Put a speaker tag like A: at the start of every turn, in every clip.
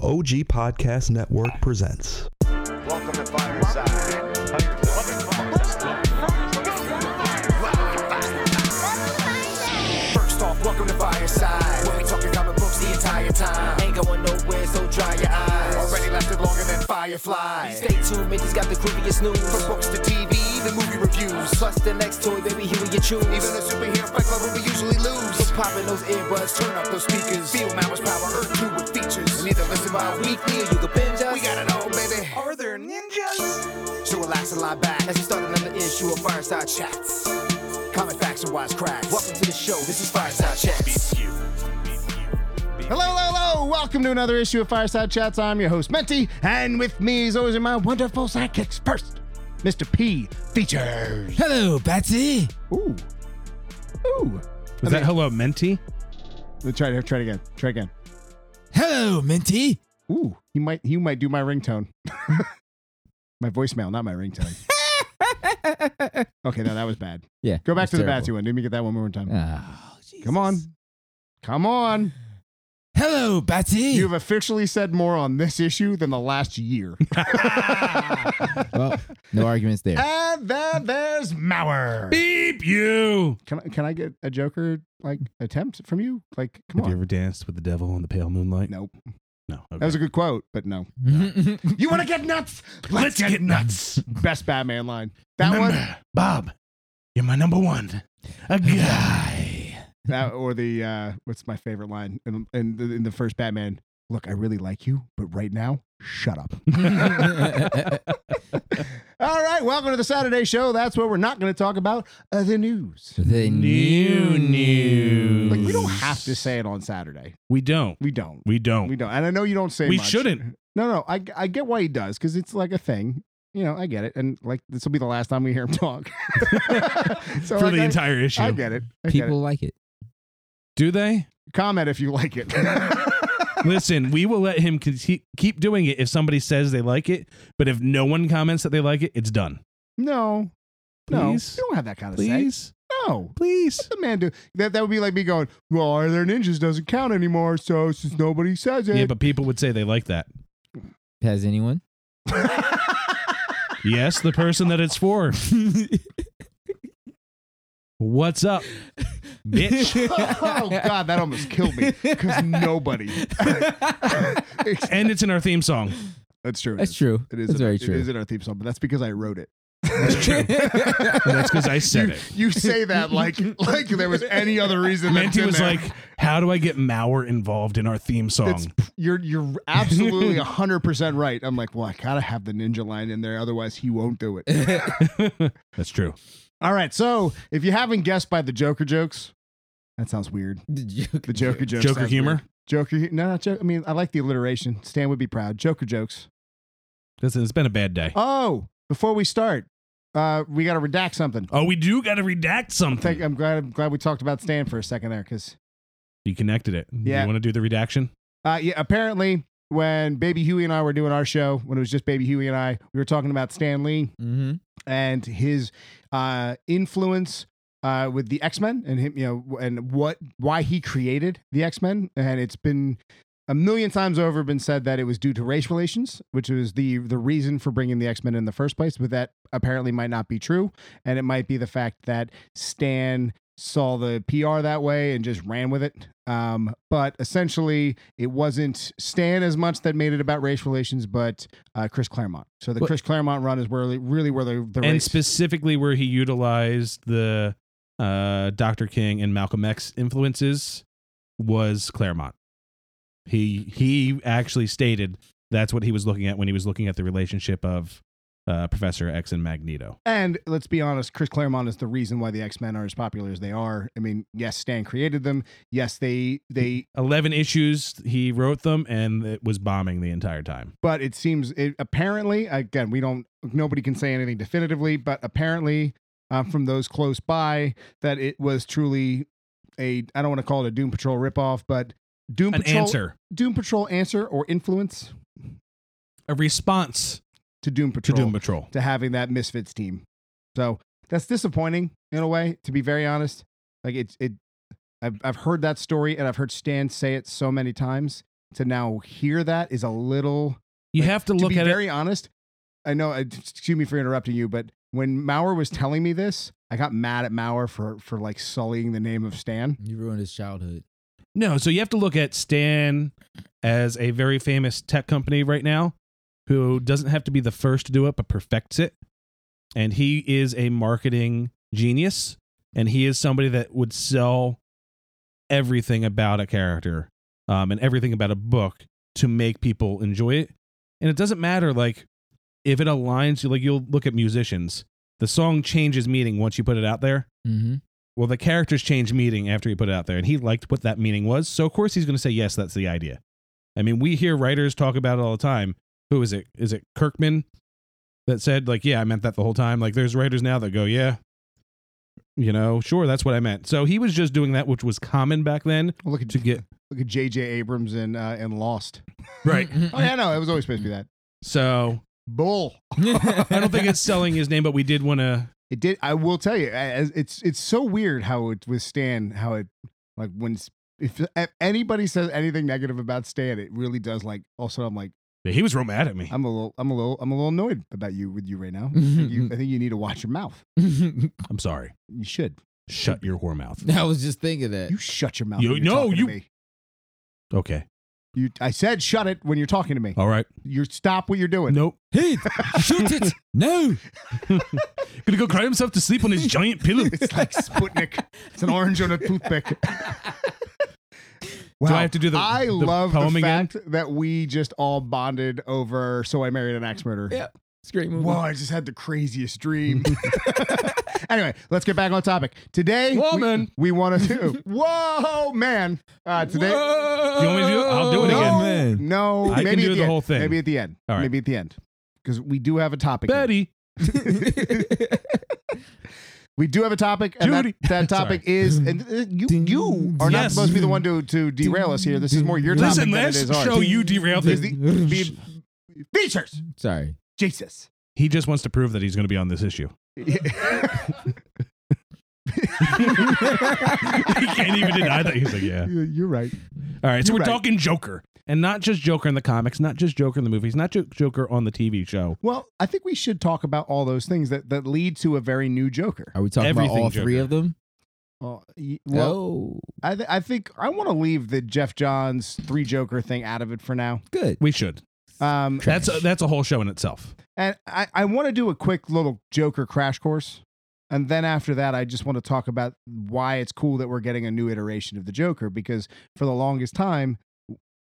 A: OG Podcast Network presents.
B: Welcome to Fireside. First off, welcome to Fireside. When we talking comic books the entire time, ain't going nowhere, so dry your eyes. Already lasted longer than Firefly.
C: Stay tuned, Mitch's got the creepiest
B: From
C: news.
B: books to TV, the movie reviews.
C: Plus the next toy, baby, here we you
B: Even
C: choose.
B: the superhero fight club where we usually lose.
C: So popping those earbuds,
B: Turn up those speakers. Feel Mama's power, Earth 2 with features. And either listen by
C: weekly,
B: weekly
C: or you can binge us.
B: We got it all, baby.
C: Are there ninjas?
B: So relax and lie back
C: As we start another issue of Fireside Chat.
B: chats. Common facts and wise cracks.
C: Welcome to the show. This
B: This is Fireside Chats.
D: Hello, hello, hello. Welcome to another issue of Fireside Chats. I'm your host, Menti, and with me, as always, are my wonderful sidekicks. First, Mr. P Features.
E: Hello, Betsy.
D: Ooh. Ooh.
F: Was that hello, Menti?
D: Let's try, try it again. Try again.
E: Hello, Minty.
D: Ooh. He might he might do my ringtone. my voicemail, not my ringtone. okay, no, that was bad.
E: Yeah.
D: Go back
E: it's
D: to the
E: terrible.
D: Batsy one. Let me get that one more time.
E: Oh, Jesus.
D: Come on. Come on.
E: Hello, Betsy.
D: You have officially said more on this issue than the last year.
E: well, no arguments there.
D: and then there's Mauer.
F: Beep you.
D: Can I, can I get a Joker like attempt from you? Like, come
F: Have you
D: on.
F: ever danced with the devil in the pale moonlight?
D: Nope.
F: No.
D: That was a good quote, but no. You want to get nuts?
F: Let's get nuts.
D: Best Batman line. That one,
F: Remember, Bob, you're my number one. A guy.
D: that or the uh, what's my favorite line in in the, in the first Batman? Look, I really like you, but right now, shut up. All right, welcome to the Saturday show. That's where we're not going to talk about uh, the news.
E: the new news.
D: Like we don't have to say it on Saturday.
F: We don't.
D: We don't.
F: We don't.
D: We don't. And I know you don't say
F: We
D: much.
F: shouldn't.
D: No, no. I, I get why he does because it's like a thing. You know, I get it. And like this will be the last time we hear him talk. so
F: For
D: like,
F: the
D: I,
F: entire issue.
D: I get it. I get
E: People
D: it.
E: like it.
F: Do they?
D: Comment if you like it.
F: Listen, we will let him con- keep keep doing it if somebody says they like it. But if no one comments that they like it, it's done.
D: no. No.
F: Please?
D: You don't have that kind of say.
F: Please,
D: No.
F: please.
D: Let the man do that. That would be like me going, well, Are There Ninjas doesn't count anymore. So since nobody says it.
F: Yeah, but people would say they like that.
E: Has anyone?
F: Yes, the person that it's for. What's up, bitch?
D: oh, God, that almost killed me because nobody.
F: and it's in our theme song.
D: That's true. it
E: That's
D: is.
E: true.
D: It is.
E: That's
D: in-
E: very
D: It is
E: true.
D: in our theme song, but that's because I wrote it.
F: And that's because I said
D: you,
F: it.
D: you say that like like there was any other reason. that's
F: Menti
D: in
F: was
D: there.
F: like, "How do I get Mauer involved in our theme
D: That's-
F: song?"
D: "You're you're absolutely hundred percent right." I'm like, "Well, I gotta have the ninja line in there, otherwise he won't do it."
F: That's true.
D: All right, so if you haven't guessed by the Joker jokes, that sounds weird. The Joker jokes,
F: Joker
D: sounds
F: humor?
D: weird. Joker, hu- no, not joke. I mean, I like the alliteration. Stan would be proud. Joker jokes.
F: Listen, it's been a bad day.
D: Oh, before we start, uh, we gotta redact something.
F: Oh, we do got to redact
D: Thank,
F: something.
D: I'm glad. I'm glad we talked about Stan for a second there, because
F: You connected it.
D: Yeah.
F: You want to do the redaction?
D: Uh, yeah, apparently, when Baby Huey and I were doing our show, when it was just Baby Huey and I, we were talking about Stan Lee
E: hmm
D: and his uh, influence uh, with the X Men and him, you know, and what why he created the X Men, and it's been a million times over been said that it was due to race relations, which was the the reason for bringing the X Men in the first place. But that apparently might not be true, and it might be the fact that Stan saw the PR that way and just ran with it. Um, but essentially, it wasn't Stan as much that made it about race relations, but uh, Chris Claremont. So the
E: Well-
D: Chris Claremont run is where really where the, the
F: And
D: race
F: specifically where he utilized the uh, Dr. King and Malcolm X influences was Claremont. He he actually stated that's what he was looking at when he was looking at the relationship of uh, Professor X and Magneto.
D: And let's be honest, Chris Claremont is the reason why the X Men are as popular as they are. I mean, yes, Stan created them. Yes, they they.
F: 11 issues he wrote them and it was bombing the entire time
D: But it seems it, apparently again we don't nobody can say anything definitively, but apparently uh, from those close by that it was truly a I don't want to call it a Doom Patrol ripoff, but Doom
F: an
D: Patrol
F: answer
D: Doom Patrol answer or influence
F: a response
D: to Doom
F: to
D: Patrol
F: doom patrol
D: to having that Misfits team. So that's disappointing in a way, to be very honest. Like it's it I've I've heard that story and I've heard Stan say it so many times to now hear that is a little
F: You
D: Like,
F: have to look
D: to be
F: at
D: very honest, I know. uh, Excuse me for interrupting you, but when Mauer was telling me this, I got mad at Mauer for for like sullying the name of Stan.
E: You ruined his childhood.
F: it. No, so you have to look at Stan as a very famous tech company right now who doesn't have to be the first to do it, but perfects it. And he is a marketing genius. And he is somebody that would sell everything about a character um, and everything about a book to make people enjoy it. And it doesn't matter, like, if it aligns, like, you'll look at musicians. The song changes meaning once you put it out there.
E: Mm-hmm.
F: Well, the characters change meaning after he put it out there, and he liked what that meaning was. So of course he's going to say yes. That's the idea. I mean, we hear writers talk about it all the time. Who is it? Is it Kirkman that said like, "Yeah, I meant that the whole time." Like, there's writers now that go, "Yeah, you know, sure, that's what I meant." So he was just doing that, which was common back then
D: Well, look at
F: to get
D: look at J.J. Abrams and uh, and Lost.
F: right.
E: Mm-hmm.
D: Oh yeah, no, it was always supposed to be that.
F: So
D: Bull.
F: I don't think it's selling his name, but we did want to.
D: It did. I will tell you, as it's it's so weird how it with Stan, how it like when s- if if anybody says anything negative about Stan, it really does like. Also, I'm like,
F: He was real mad at me.
D: I'm a little, I'm a little, I'm a little annoyed about you with you right now. I think you, I think you need to watch your mouth.
F: I'm sorry.
D: You should.
F: Shut your whore mouth.
E: I was just thinking that.
D: You shut your mouth.
F: You-
D: when you're
F: no,
D: talking to
F: you-
D: me.
F: Okay.
D: You, I said shut it when you're talking to me.
F: All right.
D: You stop what you're doing.
F: Nope.
E: Heath, shoot it! No,
F: Gonna go cry himself to sleep on his giant pillow.
D: It's like Sputnik. it's an orange on a toothpick.
F: Do I have to do the-
D: I
F: the
D: love the
F: poem again?
D: fact that we just all bonded over. So I married an axe murderer.
E: Yeah. it's a great movie.
D: Whoa! I just had the craziest dream. anyway, let's get back on topic. Today,
F: Woman.
D: we, we want to do. Whoa, man! Uh, today,
F: Do you want me to do it? I'll do it
D: no,
F: again.
E: man.
D: no,
F: I can
D: maybe at
F: do the
D: end.
F: whole thing.
D: Maybe at the end.
F: All right.
D: Maybe at the end, because we do have a topic. here.
F: Betty.
D: We do have a topic, and that,
F: Judy.
D: that topic is and uh, you. You are not
F: Yes.
D: supposed to be the one to, to derail us here. This is more your topic
F: Listen,
D: than it
F: last
D: is ours.
F: show you derailed
D: Is
F: it.
D: the-
E: Sorry.
D: be- features, Jesus.
F: He just wants to prove that he's going to be on this issue. he can't even deny that. He's like, yeah.
D: You- You're right.
F: All right, so
D: You're
F: we're
D: right.
F: talking Joker, and not just Joker in the comics, not just Joker in the movies, not just Joker on the TV show.
D: Well, I think we should talk about all those things that, that lead to a very new Joker.
E: Are we talking about
F: Everything
E: all three
F: Joker.
E: of them?
D: Well, y- well
E: oh,
D: I, th- I think I want to leave the Jeff Johns three Joker thing out of it for now.
E: good.
F: We should.
D: Um,
F: That's a, that's a whole show in itself.
D: And I, I want to do a quick little Joker crash course. And then after that, I just want to talk about why it's cool that we're getting a new iteration of the Joker because for the longest time,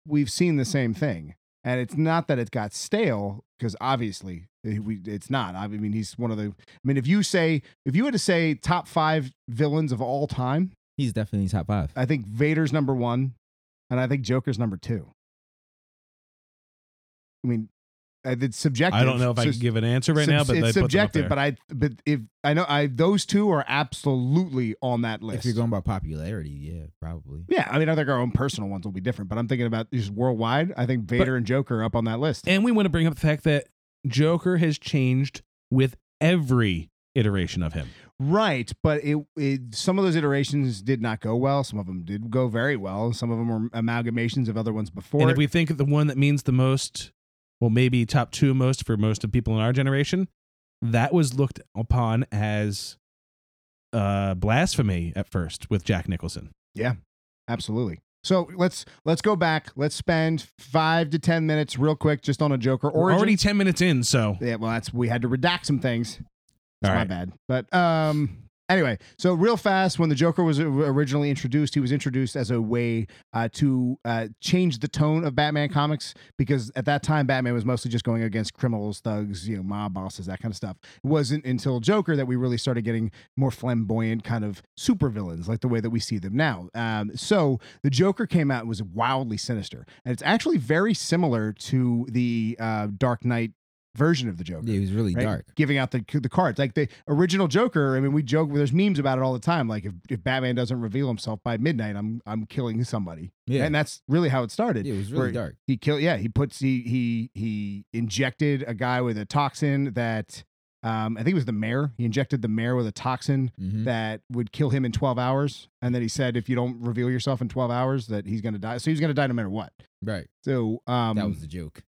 D: we've seen the same thing. And it's not that it got stale, because obviously eh, we, it's not. I mean, he's one of the. I mean, if you say, if you had to say top five villains of all time,
E: He's definitely top five.
D: I think Vader's number one, and I think Joker's number two. I mean, eh, it's subjective.
F: I don't know if I
D: so-
F: can give an answer right
D: Sub-
F: now, but
D: it's
F: I put them up
D: subjective.
F: there.
D: But I, but if I know, I those two are absolutely on that list.
E: If you're going by popularity, yeah, probably.
D: yeah, I mean, I think our own personal ones will be different, but I'm thinking about just worldwide. I think Vader and Joker are up on that list.
F: And we want to bring up the fact that Joker has changed with every iteration of him.
D: Right, but it, it some of those iterations did not go well. Some of them did go very well. Some of them were amalgamations of other ones before.
F: and
D: it.
F: if we think of the one that means the most, well, maybe top two most for most of people in our generation, that was looked upon as uh, blasphemy at first with Jack Nicholson.
D: Absolutely. So let's let's go back. Let's spend five to ten minutes real quick just on a Joker
F: We're
D: origin.
F: already ten minutes in, so
D: yeah, well, that's we had to redact some things. It's
F: All
D: my
F: right.
D: bad. But um, anyway, so real fast, when the Joker was originally introduced, he was introduced as a way uh, to uh, change the tone of Batman comics because at that time Batman was mostly just going against criminals, thugs, you know, mob bosses, that kind of stuff. It wasn't until Joker that we really started getting more flamboyant kind of supervillains like the way that we see them now. Um, so the Joker came out and was wildly sinister, and it's actually very similar to the uh, Dark Knight version of the Joker
E: Yeah, he was really
D: right?
E: dark.
D: Giving out the the cards. Like the original Joker, I mean, we joke there's memes about it all the time. Like if, if Batman doesn't reveal himself by midnight, I'm I'm killing somebody.
E: Yeah,
D: And that's really how it started.
E: yeah it was
D: where
E: really dark.
D: He killed yeah, he puts he he he injected a guy with a toxin that Um, I think it was the mayor. He injected the mayor with a toxin
E: Mhm.
D: that would kill him in 12 hours. And then he said, if you don't reveal yourself in 12 hours, that he's going to die. So he's going to die no matter what.
E: Right.
D: So, um,
E: that was the joke.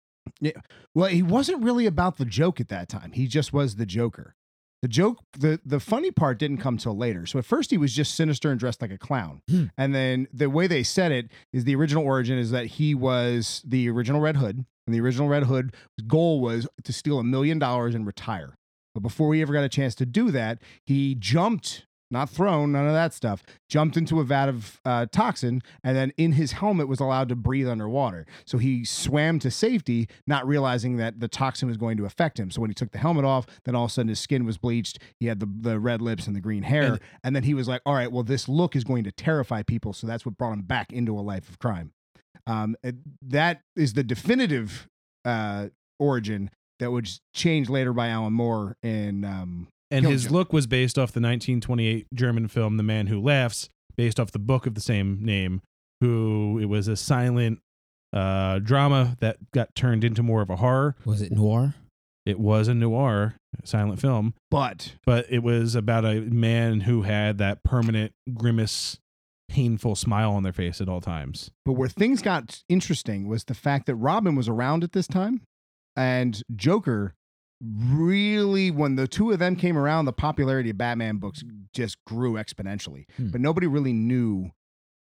D: well, he wasn't really about the joke at that time. He just was the Joker. The joke, the the funny part didn't come till later. So at first he was just sinister and dressed like a clown,
E: Hmm.
D: and then the way they said it is the original origin is that he was the original Red Hood, and the original Red Hood's goal was to steal a million dollars and retire. But before he ever got a chance to do that, he jumped, not thrown, none of that stuff, jumped into a vat of uh, toxin, and then in his helmet was allowed to breathe underwater. So he swam to safety, not realizing that the toxin was going to affect him. So when he took the helmet off, then all of a sudden his skin was bleached. He had the, the red lips and the green hair. And, then he was like, all right, well, this look is going to terrify people. So that's what brought him back into a life of crime. Um, it- that is the definitive uh, origin that was changed later by Alan Moore in um,
F: And
D: Killing
F: his
D: joke.
F: look was based off the 1928 German film The Man Who Laughs, based off the book of the same name, who it was a silent uh, drama that got turned into more of a horror.
E: Was it noir?
F: It was a noir silent film,
D: But
F: but it was about a man who had that permanent grimace, painful smile on their face at all times.
D: but where things got interesting was the fact that Robin was around at this time, and Joker really when the two of them came around, the popularity of Batman books just grew exponentially.
E: Hmm.
D: But nobody really knew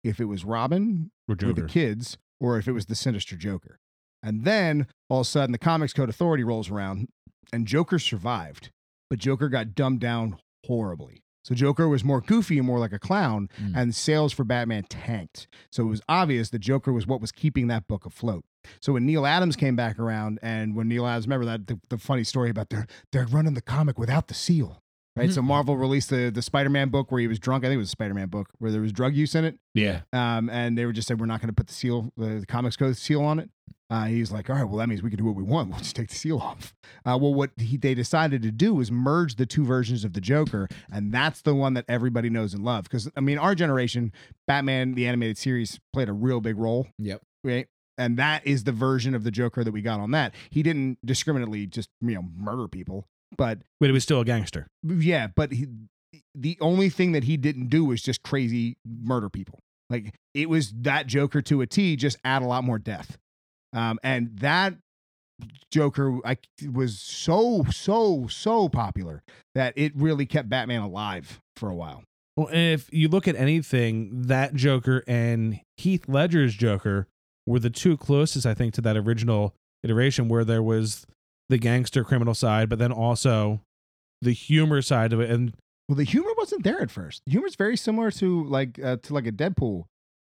D: if it was Robin
F: Or
D: with
F: Joker.
D: the kids or if it was the sinister Joker. And then all of a sudden, the Comics Code Authority rolls around and Joker survived, but Joker got dumbed down horribly. So Joker was more goofy and more like a clown,
E: Mm.
F: Hmm.
D: and sales for Batman tanked. So it was obvious that Joker was what was keeping that book afloat. So when Neil Adams came back around, and when Neil Adams, remember that the, the funny story about they're they're running the comic without the seal, right? So
F: Mm-hmm.
E: Mhm.
D: Marvel released the the Spider Man book where he was drunk. I think it was a Spider Man book where there was drug use in it,
F: Yeah.
D: um, and they were just said we're not going to put the seal, the, the comics code seal on it. Uh, he was like, all right, well that means we can do what we want. We'll just take the seal off. Uh, well, what he, they decided to do was merge the two versions of the Joker, and that's the one that everybody knows and loves. Because I mean, our generation, Batman the animated series played a real big role,
E: Yep.
D: right? And that is the version of the Joker that we got on that. He didn't discriminately just you know murder people, but
F: But he was still a gangster.
D: yeah, but he, the only thing that he didn't do was just crazy murder people. Like it was that Joker to a T, just add a lot more death. Um, and that Joker I, was so, so, so popular that it really kept Batman alive for a while.
F: Well, and if you look at anything, that Joker and Heath Ledger's Joker were the two closest, I think, to that original iteration where there was the gangster criminal side, but then also the humor side of it. And
D: Well, the humor wasn't there at first. Humor's very similar to like uh, to like a Deadpool.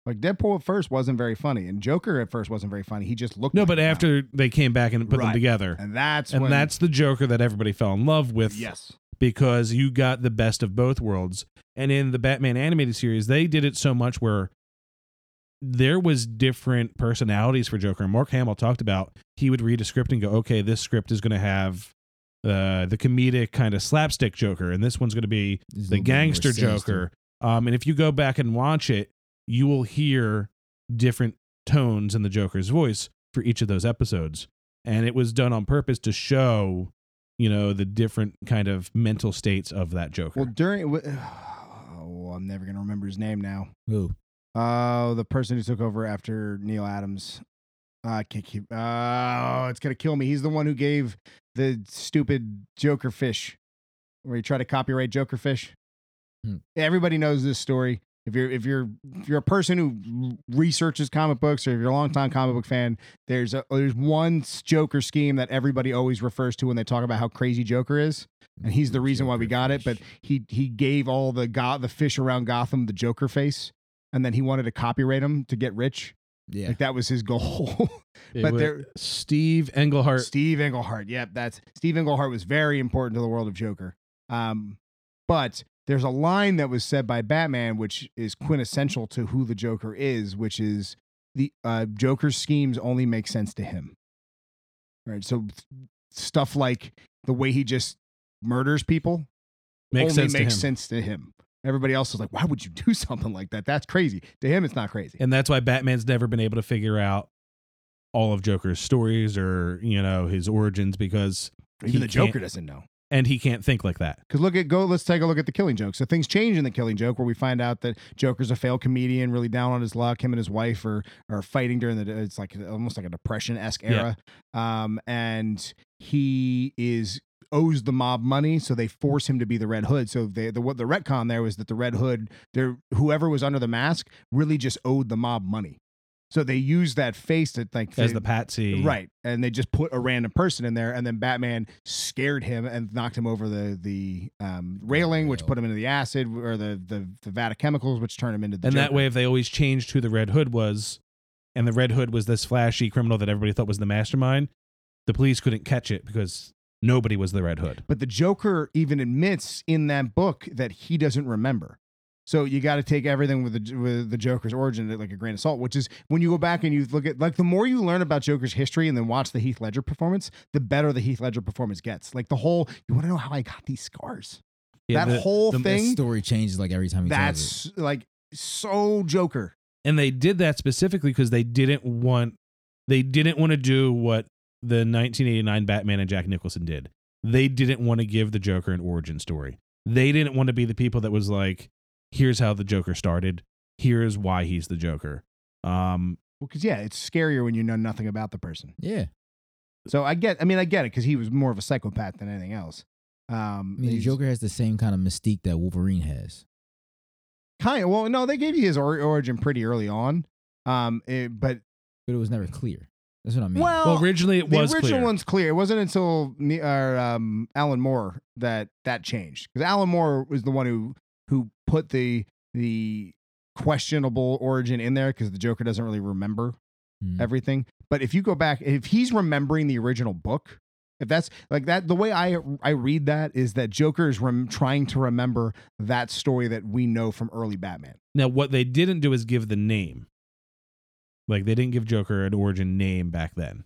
D: Like Deadpool at first wasn't very funny, and Joker at first wasn't very funny. He just looked
F: no,
D: like
F: but
D: a clown.
F: after they came back and put
D: Right.
F: them together,
D: and that's
F: and
D: when,
F: that's the Joker that everybody fell in love with
D: yes,
F: because you got the best of both worlds. And in the Batman animated series, they did it so much where there was different personalities for Joker. And Mark Hamill talked about he would read a script and go, "Okay, this script is going to have uh, the comedic kind of slapstick Joker, and this one's going to be
E: This is a little
F: the
E: bit more
F: gangster
E: sinister.
F: Joker. Um, and if you go back and watch it, you will hear different tones in the Joker's voice for each of those episodes. And it was done on purpose to show, you know, the different kind of mental states of that Joker.
D: Well, during w- oh, I'm never gonna remember his name now.
E: Who?
D: Oh, the person who took over after Neil Adams. Ah, I can't keep. Oh, it's gonna kill me. He's the one who gave the stupid Joker fish, where he tried to copyright Joker fish.
E: Hmm.
D: Everybody knows this story. If you're if you're if you're a person who researches comic books, or if you're a longtime comic book fan, there's a there's one s- Joker scheme that everybody always refers to when they talk about how crazy Joker is, and he's the reason why we
E: Joker
D: got it. But
E: fish.
D: he he gave all the go- the fish around Gotham the Joker face, and then he wanted to copyright him to get rich.
E: yeah.
D: Like that was his goal.
F: It
D: but
F: was
D: there-
F: Steve Englehart.
D: Steve Englehart. Yep, that's Steve Englehart was very important to the world of Joker. Um, but there's a line that was said by Batman, which is quintessential to who the Joker is, which is the uh, Joker's schemes only make sense to him. Right. So stuff like the way he just murders people
F: makes
D: only
F: sense
D: makes
F: to him.
D: sense to him. Everybody else is like, why would you do something like that? That's crazy. To him, it's not crazy.
F: And that's why Batman's never been able to figure out all of Joker's stories or, you know, his origins because
D: Even
F: he
D: the Joker
F: can't-
D: doesn't know.
F: and he can't think like that.
D: Because look at go. Let's take a look at the Killing Joke. So things change in the Killing Joke, where we find out that Joker's a failed comedian, really down on his luck. Him and his wife are are fighting during the. It's like almost like a depression esque era. Um, and he is owes the mob money, so they force him to be the Red Hood. So they, the what the retcon there was that the Red Hood, there whoever was under the mask, really just owed the mob money. So they use that face to like
F: As the patsy,
D: Right. And they just put a random person in there and then Batman scared him and knocked him over the the um, railing, which put him into the acid or the the, the vat of chemicals, which turned him into the
F: And that
D: Joker.
F: way, if they always changed who the Red Hood was, and the Red Hood was this flashy criminal that everybody thought was the mastermind, the police couldn't catch it because nobody was the Red Hood.
D: But the Joker even admits in that book that he doesn't remember. So you got to take everything with the with the Joker's origin like a grain of salt, which is when you go back and you look at like the more you learn about Joker's history and then watch the Heath Ledger performance, the better the Heath Ledger performance gets. Like the whole, you want to know how I got these scars?
F: Yeah,
D: that
F: the-
D: whole
E: The
D: thing.
E: story changes like every time he tells
D: That's like so Joker.
F: and they did that specifically because they didn't want they didn't want to do what the 1989 Batman and Jack Nicholson did. They didn't want to give the Joker an origin story. They didn't want to be the people that was like, "Here's how the Joker started. Here's why he's the Joker." Um,
D: Well, because yeah, it's scarier when you know nothing about the person.
E: it. Yeah.
D: So I get. I mean, I get it because he was more of a psychopath than anything else. Um,
E: I mean, the
D: he's-
E: Joker has the same kind of mystique that Wolverine has.
D: Kind of. Well, no, they gave you his or- origin pretty early on. Um, it- but
E: but it was never clear. That's what I mean.
D: well,
F: well, originally it
D: the
F: was
D: original
F: clear.
D: one's clear. It wasn't until Ne- or, um, Alan Moore that that changed because Alan Moore was the one who who put the the questionable origin in there because the Joker doesn't really remember
E: Mm.
D: everything. But if you go back, if he's remembering the original book, if that's like that, the way I I read that is that Joker is rem- trying to remember that story that we know from early Batman.
F: Now, what they didn't do is give the name. Like they didn't give Joker an origin name back then,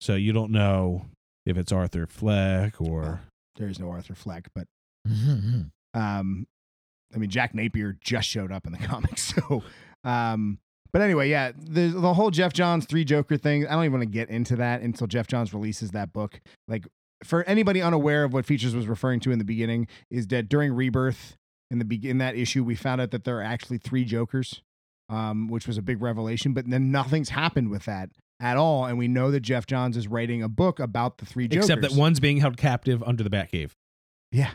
F: so you don't know if it's Arthur Fleck or
D: There is no Arthur Fleck, but
E: Mhm.
D: um, I mean Jack Napier just showed up in the comics, so um. But anyway, yeah, the the whole Jeff Johns three Joker thing. I don't even want to get into that until Jeff Johns releases that book. Like for anybody unaware of what features was referring to in the beginning is that during Rebirth in the be- in that issue we found out that there are actually three Jokers, um, which was a big revelation. But then nothing's happened with that at all, and we know that Jeff Johns is writing a book about the three Jokers.
F: except that one's being held captive under the Batcave.
D: yeah.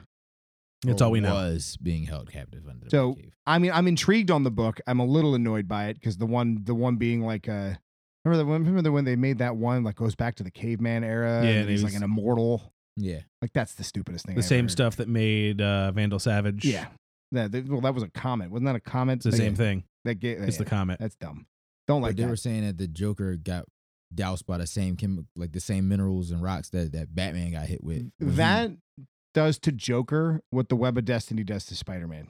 F: That's
D: Oh,
E: Or
F: all we know.
E: Was being held captive under the
D: So-
E: Batcave.
D: I mean, I'm intrigued on the book. I'm a little annoyed by it because the one, the one being like uh remember the one, remember the when they made that one like goes back to the caveman era.
F: Yeah,
D: and
F: and
D: he's
F: he
D: like
F: was-
D: an immortal.
E: Yeah.
D: Like that's the stupidest thing. I
F: the
D: ever
F: same
D: heard.
F: stuff that made uh, Vandal Savage.
D: Yeah, that that- well, that was a comment. Wasn't that a comment?
F: it's the
D: Like,
F: same thing.
D: That ga-
F: It's the
D: yeah,
F: comet.
D: That's dumb. Don't like
E: but they
D: that.
E: were saying that the Joker got doused by the same chem- like the same minerals and rocks that, that Batman got hit with. when he-
D: that does to Joker what the Web of Destiny does to Spider Man.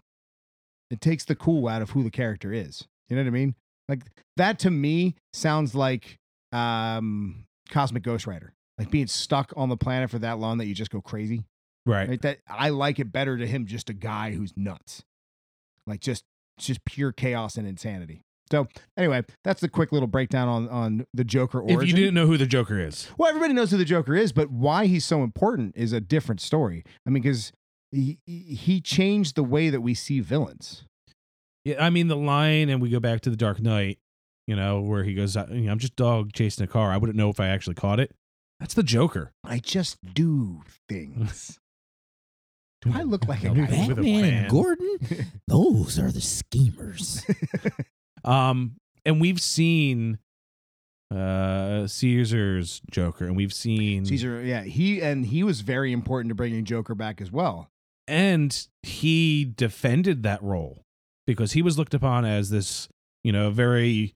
D: It takes the cool out of who the character is. You know what I mean? Like that to me sounds like um, Cosmic Ghost Rider. Like being stuck on the planet for that long that you just go crazy.
F: Right.
D: Like that, I like it better to him just a guy who's nuts, like just just pure chaos and insanity. So anyway, that's the quick little breakdown on on the Joker origin.
F: If you didn't know who the Joker is,
D: Well, everybody knows who the Joker is, but why he's so important is a different story. I mean, because he, he changed the way that we see villains.
F: yeah, I mean the line, and we go back to the Dark Knight. You know where he goes. "I- you know, I'm just dog chasing a car. I wouldn't know if I actually caught it. That's the Joker.
D: I just do things. Do I look like a
F: No,
D: guy?
F: with a
E: Batman
F: plan.
E: and Gordon, those are the schemers.
F: Um, and we've seen uh Caesar's Joker, and we've seen
D: Caesar, yeah, he and he was very important to bringing Joker back as well.
F: and he defended that role because he was looked upon as this, you know, very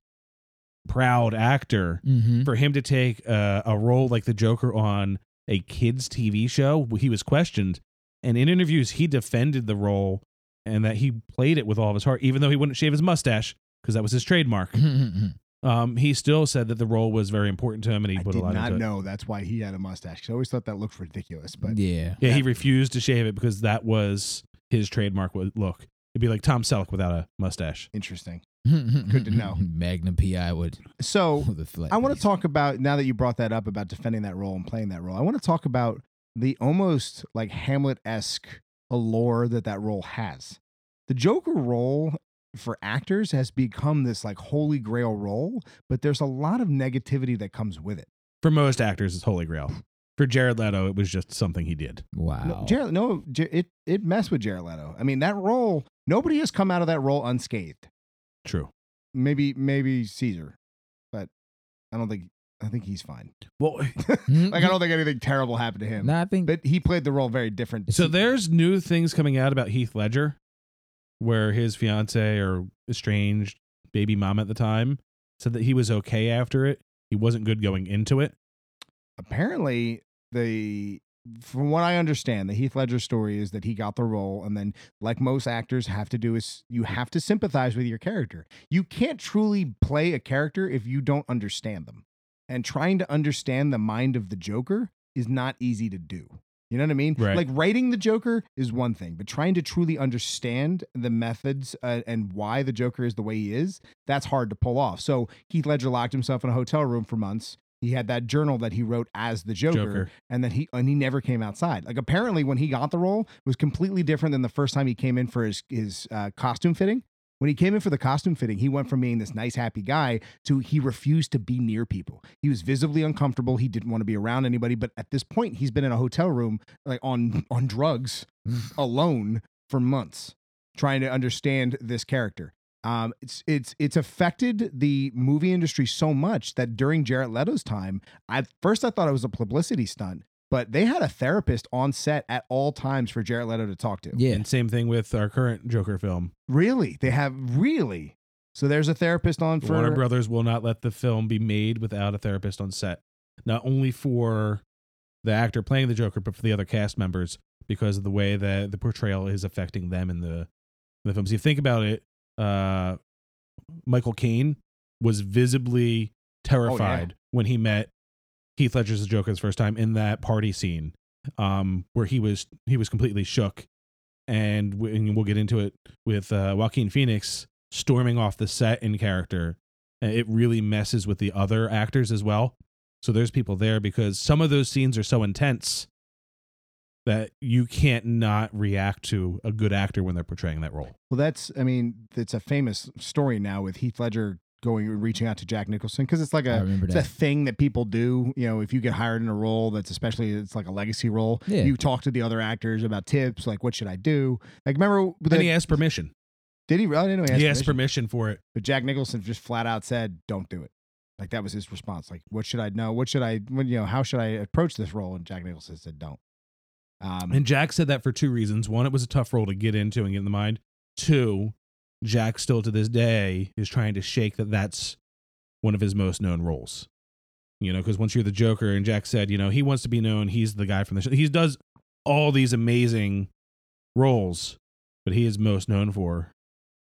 F: proud actor.
E: mm-hmm.
F: for him to take uh, a role like the Joker on a kids' TV show, he was questioned, and in interviews he defended the role and that he played it with all of his heart, even though he wouldn't shave his mustache because that was his
E: Mm-hmm.
F: trademark. Um, he still said that the role was very important to him, and he
D: I
F: put
D: did
F: a lot
D: not
F: into it.
D: know that's why he had a mustache. 'cause I always thought that looked ridiculous, but
E: yeah.
F: Yeah, he refused to shave it because that was his trademark wa- look. It'd be like Tom Selleck without a mustache.
D: interesting.
E: Good
D: to know.
E: Magna PI would.
D: So
E: with a flat
D: I want to
E: face.
D: talk about now that you brought that up about defending that role and playing that role. I want to talk about the almost like Hamlet esque allure that that role has. The Joker role for actors has become this like holy grail role, but there's a lot of negativity that comes with it.
F: For most actors, it's Holy Grail. For Jared Leto, it was just something he did.
E: Wow.
D: No, Jared, no, Jar- it it messed with Jared Leto. I mean, that role, nobody has come out of that role unscathed.
F: True.
D: Maybe maybe Caesar, but I don't think I think he's fine.
F: Well,
E: Mhm.
D: Like I don't think anything terrible happened to him.
E: Nah, I think
D: But he played the role very different.
F: so there's new things coming out about Heath Ledger, where his fiance or estranged baby mom at the time said that he was okay after it. He wasn't good going into it.
D: apparently the from what I understand, the Heath Ledger story is that he got the role, and then, like most actors have to do, is you have to sympathize with your character. You can't truly play a character if you don't understand them. And trying to understand the mind of the Joker is not easy to do. You know what I mean?
F: Right.
D: Like writing the Joker is one thing, but trying to truly understand the methods uh, and why the Joker is the way he is, that's hard to pull off. So Heath Ledger locked himself in a hotel room for months. He had that journal that he wrote as the Joker
F: Joker.
D: and then he and he never came outside. Like apparently, when he got the role, it was completely different than the first time he came in for his his uh, costume fitting. When he came in for the costume fitting, he went from being this nice, happy guy to he refused to be near people. He was visibly uncomfortable. He didn't want to be around anybody. But at this point, he's been in a hotel room, like on on drugs, alone for months, trying to understand this character. Um, it's it's it's affected the movie industry so much that during Jared Leto's time, at first I thought it was a publicity stunt, but they had a therapist on set at all times for Jared Leto to talk to.
E: yeah.
F: And same thing with our current Joker film.
D: Really? They have really. So there's a therapist on for
F: Warner Brothers will not let the film be made without a therapist on set, not only for the actor playing the Joker, but for the other cast members because of the way that the portrayal is affecting them in the in the films. You think about it, uh, Michael Caine was visibly terrified when he met Heath Ledger's the Joker the first time in that party scene, um, where he was he was completely shook, and, w- and we'll get into it with uh, Joaquin Phoenix storming off the set in character. Uh, It really messes with the other actors as well. So there's people there because some of those scenes are so intense that you can't not react to a good actor when they're portraying that role.
D: Well, that's I mean, it's a famous story now with Heath Ledger going reaching out to Jack Nicholson because it's like
E: I
D: a
E: remember
D: it's a
E: that.
D: thing that people do. You know, if you get hired in a role that's especially it's like a legacy role,
E: Yeah.
D: you talk to the other actors about tips, like what should I do? Like remember
F: Then
D: the,
F: he asked permission.
D: did he? I didn't know he asked
F: He asked
D: permission.
F: permission for it.
D: But Jack Nicholson just flat out said, "Don't do it." Like that was his response. Like, what should I know? What should I? When, you know, how should I approach this role? And Jack Nicholson said, "Don't." Um,
F: And Jack said that for two reasons. One, it was a tough role to get into and get in the mind. Two, Jack still to this day is trying to shake that that's one of his most known roles. You know, because once you're the Joker, and Jack said, you know, he wants to be known. He's the guy from the show. He does all these amazing roles, but he is most known for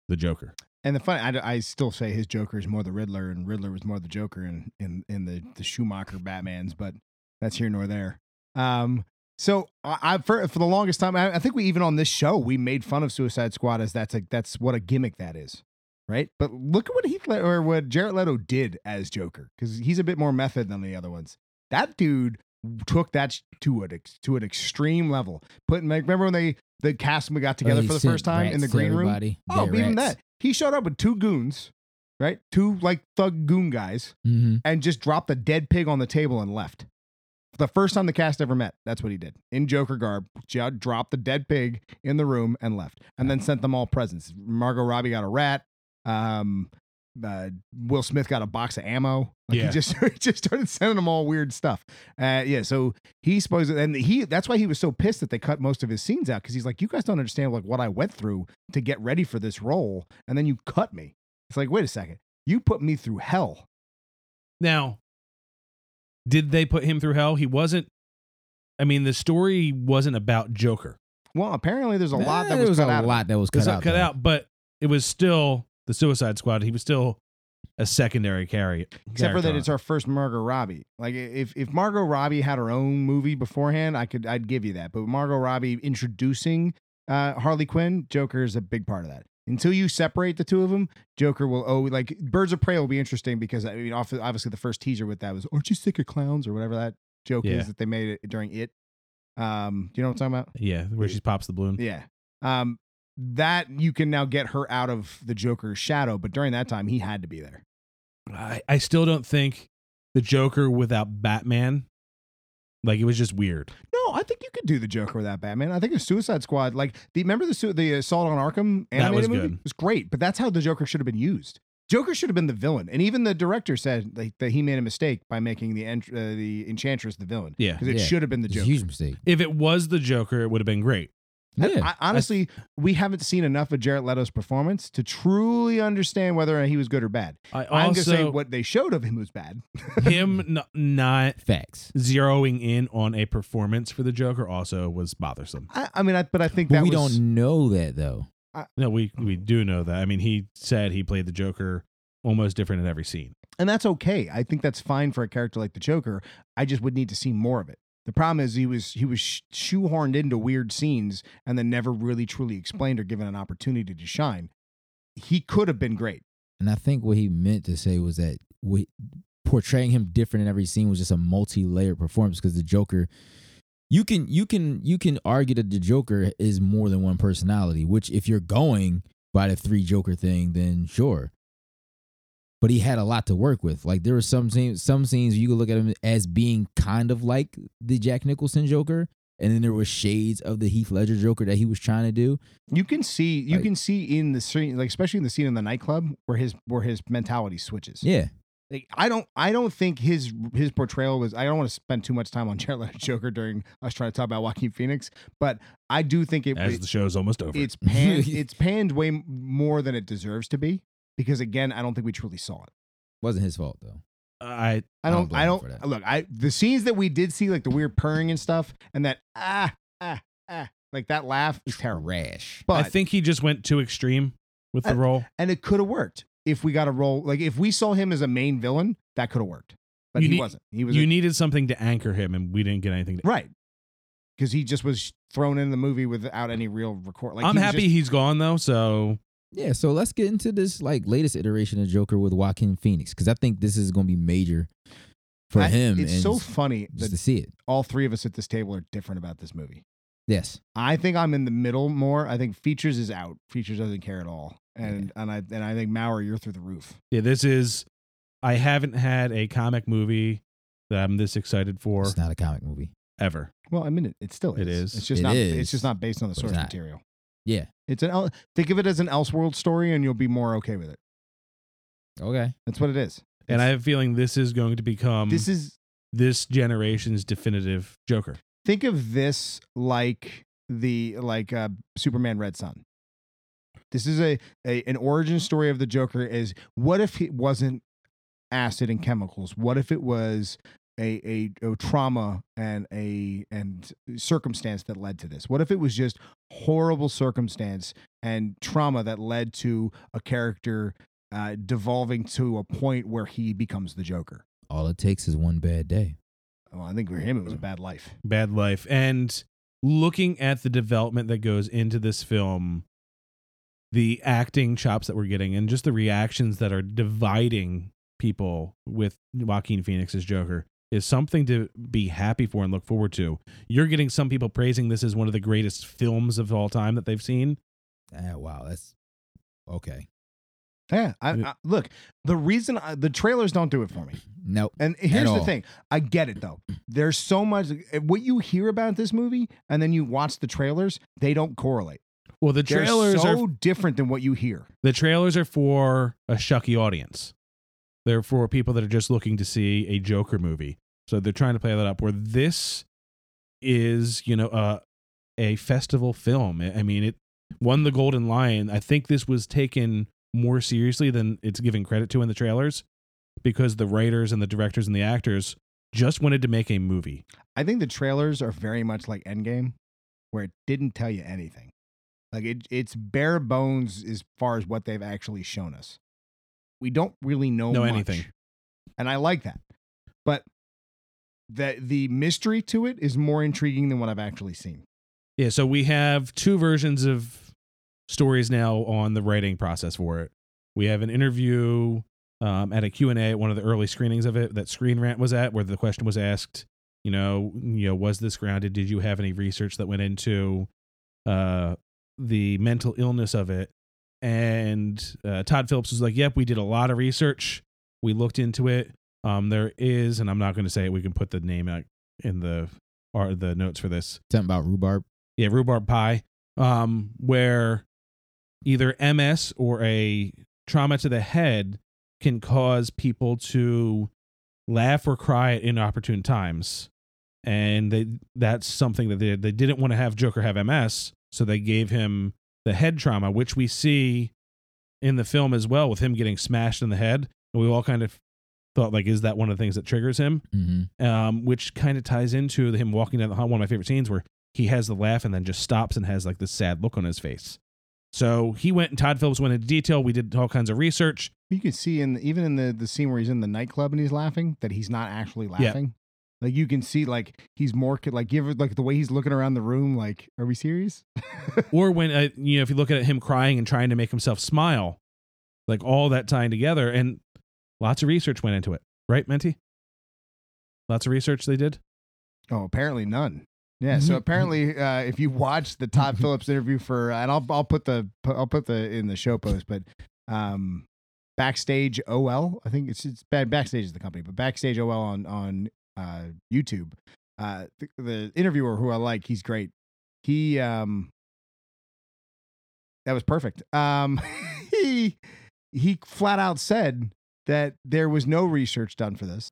F: the Joker.
D: and the fun, I, I still say his Joker is more the Riddler, and Riddler was more the Joker in in in the the Schumacher Batman's, but that's here nor there. Um, so I, I for for the longest time, I, I think we even on this show we made fun of Suicide Squad as that's a that's what a gimmick that is, right? But look at what Heath Led- or what Jared Leto did as Joker because he's a bit more method than the other ones. That dude took that sh- to an ex- to an extreme level. Putting like remember when they the cast got together
E: Oh, he
D: for the
E: sent
D: first time in
E: rats
D: the
E: to
D: green room.
E: everybody.
D: Oh,
E: Yeah,
D: even
E: rats.
D: that. He showed up with two goons, right? Two like thug goon guys,
E: Mhm.
D: and just dropped the dead pig on the table and left. The first time the cast ever met, that's what he did. In Joker garb, j- dropped the dead pig in the room and left, and then sent them all presents. Margot Robbie got a rat. Um, uh, Will Smith got a box of ammo. Like
F: Yeah.
D: He just he just started sending them all weird stuff. Uh, yeah. So he's supposed to, and he that's why he was so pissed that they cut most of his scenes out because he's like, you guys don't understand like what I went through to get ready for this role, and then you cut me. It's like, wait a second, you put me through hell.
F: Now, did they put him through hell? He wasn't. I mean, the story wasn't about Joker.
D: Well, apparently there's a lot that
E: Nah,
D: was,
E: there was
D: cut
E: a
D: out. of
E: lot that was
F: It
E: cut
F: was
E: out.
F: cut
E: though.
F: out, but it was still the Suicide Squad. He was still a secondary carry,
D: Except for that,
F: character.
D: it's our first Margot Robbie. Like i- if if Margot Robbie had her own movie beforehand, I could I'd give you that. But Margot Robbie introducing uh, Harley Quinn, Joker is a big part of that. Until you separate the two of them, Joker will oh like Birds of Prey will be interesting because I mean obvi- obviously the first teaser with that was aren't you sick of clowns or whatever that joke
F: Yeah.
D: is that they made it during it. Um, do you know what I'm talking about?
F: Yeah, where she pops the balloon.
D: Yeah. Um, that you can now get her out of the Joker's shadow, but during that time, he had to be there.
F: I, I still don't think the Joker without Batman, like it was just weird.
D: No, I think you could do the Joker without Batman. I think the Suicide Squad, like the remember the su- the Assault on Arkham animated
F: That was
D: movie
F: good.
D: It was great, but that's how the Joker should have been used. Joker should have been the villain, and even the director said like, that he made a mistake by making the en- uh, the Enchantress the villain
F: Yeah.
D: because it
E: Yeah.
D: should have been the
E: It's a
D: Joker.
E: huge mistake.
F: If it was the Joker, it would have been great.
E: Yeah.
D: I, honestly, we haven't seen enough of Jared Leto's performance to truly understand whether or not he was good or bad.
F: I
D: I'm just
F: also
D: saying what they showed of him was bad.
F: him n- not
E: facts.
F: zeroing in on a performance for the Joker also was bothersome.
D: I, I mean, I, but I think
E: But
D: that
E: we
D: was,
E: don't know that though.
F: No, we we do know that. I mean, he said he played the Joker almost different in every scene.
D: and that's okay. I think that's fine for a character like the Joker. I just would need to see more of it. The problem is he was he was sh- shoehorned into weird scenes and then never really truly explained or given an opportunity to shine. He could have been great.
E: And I think what he meant to say was that we, portraying him different in every scene was just a multi-layered performance because the Joker you can you can you can argue that the Joker is more than one personality, which if you're going by the three Joker thing, then sure. But he had a lot to work with. Like there were some scenes, some scenes you could look at him as being kind of like the Jack Nicholson Joker, and then there were shades of the Heath Ledger Joker that he was trying to do.
D: You can see you
E: Like-
D: can see in the scene, like especially in the scene in the nightclub where his where his mentality switches.
E: Yeah,
D: Like, I don't I don't think his his portrayal was I don't want to spend too much time on Jared Leto's Joker during us trying to talk about Joaquin Phoenix, but I do think it
F: As
D: it-
F: the show's almost over.
D: It's panned. it's panned way m- more than it deserves to be because again, I don't think we truly saw it.
E: wasn't his fault though.
F: I
D: I
E: I
D: don't. I
E: don't blame him
D: don't,
E: for that.
D: look. I the scenes that we did see, like the weird purring and stuff, and that ah ah ah, like that laugh is terrible.
E: Rash.
D: But Uh,
F: I think he just went too extreme with the
D: I-
F: role.
D: and it could have worked if we got a role. Like if we saw him as a main villain, that could have worked. But
F: You
D: he
F: need-
D: wasn't. He was a-
F: You needed something to anchor him, and we didn't get anything. To,
D: right because he just was thrown in the movie without any real record. Like
F: I'm
D: he was
F: happy
D: just-
F: he's gone though. So
E: Yeah, so let's get into this like latest iteration of Joker with Joaquin Phoenix because I think this is going to be major for
D: I-
E: him.
D: It's
E: and
D: so
E: just-
D: funny
E: just to
D: that
E: see it.
D: all three of us at this table are different about this movie.
E: Yes,
D: I think I'm in the middle more. I think features is out. Features doesn't care at all. And and I and I think Maurer, you're through the roof.
F: yeah, this is. I haven't had a comic movie that I'm this excited for
E: it's not a comic movie.
F: ever.
D: Well, I mean it, it still is.
F: It is.
D: It's just
E: It
D: not
E: is.
D: it's just not based on the
E: But it's
D: source
E: not.
D: material.
E: Yeah.
D: It's an El- think of it as an Elseworld story and you'll be more okay with it.
E: Okay.
D: That's what it is.
F: And um I have a feeling this is going to become
D: This is
F: this generation's definitive Joker.
D: think of this like the like uh, Superman Red Sun. This is a, a an origin story of the Joker. Is what if it wasn't acid and chemicals? What if it was a, a a trauma and a and circumstance that led to this? What if it was just horrible circumstance and trauma that led to a character uh, devolving to a point where he becomes the Joker?
E: All it takes is one bad day.
D: Well, I think for him it was a bad life.
F: Bad Life. And looking at the development that goes into this film, the acting chops that we're getting, and just the reactions that are dividing people with Joaquin Phoenix's Joker is something to be happy for and look forward to. You're getting some people praising this as one of the greatest films of all time that they've seen.
E: Ah, wow, that's okay.
D: Yeah, I,
F: Yeah.
D: I, look, the reason I, the trailers don't do it for me,
E: Nope.
D: and here's the
E: all.
D: thing: I get it though. There's so much eh, what you hear about this movie, and then you watch the trailers; they don't correlate.
F: Well, the
D: They're
F: trailers
D: so
F: are
D: different than what you hear.
F: the trailers are for a shucky audience. They're for people that are just looking to see a Joker movie. So they're trying to play that up. Where this is, you know, uh, a festival film. I I mean, it won the Golden Lion. I think this was taken more seriously than it's given credit to in the trailers, because the writers and the directors and the actors just wanted to make a movie.
D: I think the trailers are very much like Endgame, where it didn't tell you anything. Like it, it's bare bones as far as what they've actually shown us. We don't really know
F: Know
D: much.
F: anything.
D: and I like that. But the the mystery to it is more intriguing than what I've actually seen.
F: Yeah, so we have two versions of stories now on the writing process for it. We have an interview um, at a Q&A at one of the early screenings of it that Screen Rant was at where the question was asked, you know you know was this grounded did you have any research that went into uh the mental illness of it and uh, todd phillips was like yep we did a lot of research we looked into it um there is and i'm not going to say it we can put the name out in the or the notes for this
E: Something about rhubarb.
F: yeah rhubarb pie um where either ms or a trauma to the head can cause people to laugh or cry at inopportune times and they that's something that they, they didn't want to have joker have ms so they gave him the head trauma which we see in the film as well with him getting smashed in the head and we all kind of thought like is that one of the things that triggers him
E: Mm-hmm.
F: um, which kind of ties into him walking down the hall. One of my favorite scenes where he has the laugh and then just stops and has like this sad look on his face. So he went and Todd Phillips went into detail. We did all kinds of research.
D: You can see in the, even in the the scene where he's in the nightclub and he's laughing that he's not actually laughing. Like you can see, like he's more co- like give like the way he's looking around the room. Like, are we serious?
F: Or when, uh, you know, if you look at him crying and trying to make himself smile, like all that tying together and lots of research went into it, right, Menti? Lots of research they did.
D: Oh, apparently none. Yeah. So apparently, uh, if you watch the Todd Phillips interview for, and I'll I'll put the I'll put the in the show post, but um, backstage OL, I think it's it's bad. Backstage is the company, but backstage OL on on uh, YouTube. Uh, the, the interviewer who I like, he's great. He um, that was perfect. Um, he he flat out said that there was no research done for this.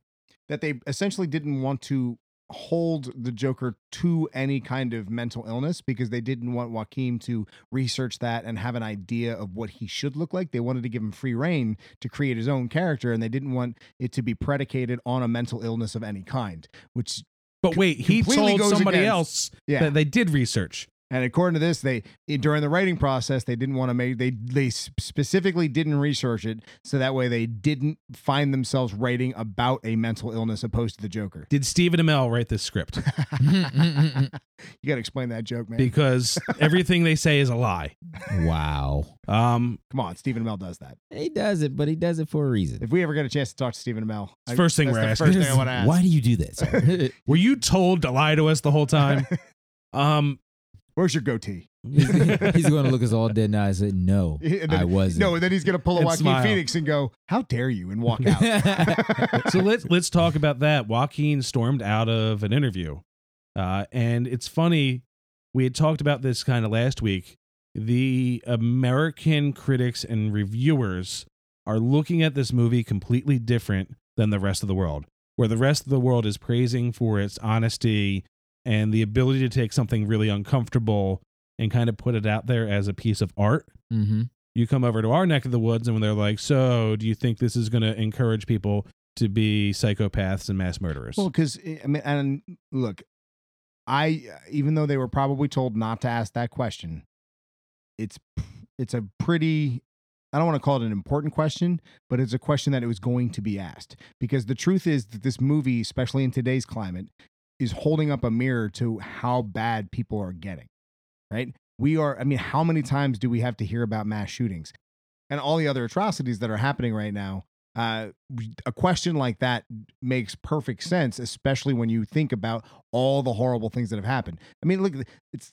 D: That they essentially didn't want to hold the Joker to any kind of mental illness because they didn't want Joaquin to research that and have an idea of what he should look like. They wanted to give him free reign to create his own character, and they didn't want it to be predicated on a mental illness of any kind. Which,
F: But wait, he
D: Completely
F: told
D: goes
F: somebody
D: against-
F: else
D: yeah,
F: that they did research.
D: and according to this, they during the writing process they didn't want to make they they specifically didn't research it so that way they didn't find themselves writing about a mental illness opposed to the Joker.
F: Did Stephen Amell write this script?
D: You got to explain that joke, man.
F: Because everything they say is a lie.
E: wow.
F: Um,
D: Come on, Stephen Amell does that.
E: He does it, but he does it for a reason.
D: If we ever get a chance to talk to Stephen Amell,
F: It's the first thing
D: that's
F: we're
D: the
F: asking.
D: First thing I want to ask.
E: Why do you do that? sir?
F: Were you told to lie to us the whole time? um,
D: Where's your goatee?
E: he's, going to look us all dead in the eye and say, "No,
D: And then-
E: I wasn't."
D: No, and then he's gonna pull a
F: And
D: Joaquin
F: smile.
D: Phoenix and go, "How dare you?" and walk out.
F: so let's let's talk about that. Joaquin stormed out of an interview, uh, and it's funny. We had talked about this kind of last week. The American critics and reviewers are looking at this movie completely different than the rest of the world, where the rest of the world is praising for its honesty and the ability to take something really uncomfortable and kind of put it out there as a piece of art.
E: mm-hmm.
F: you come over to our neck of the woods and when they're like so do you think this is going to encourage people to be psychopaths and mass murderers
D: Well, because I mean, and look, I uh, even though they were probably told not to ask that question, it's it's a pretty. I don't want to call it an important question, but it's a question that it was going to be asked because the truth is that this movie, especially in today's climate, is holding up a mirror to how bad people are getting. Right? We are. I mean, how many times do we have to hear about mass shootings and all the other atrocities that are happening right now? Uh, a question like that makes perfect sense, especially when you think about all the horrible things that have happened. I mean, look, it's.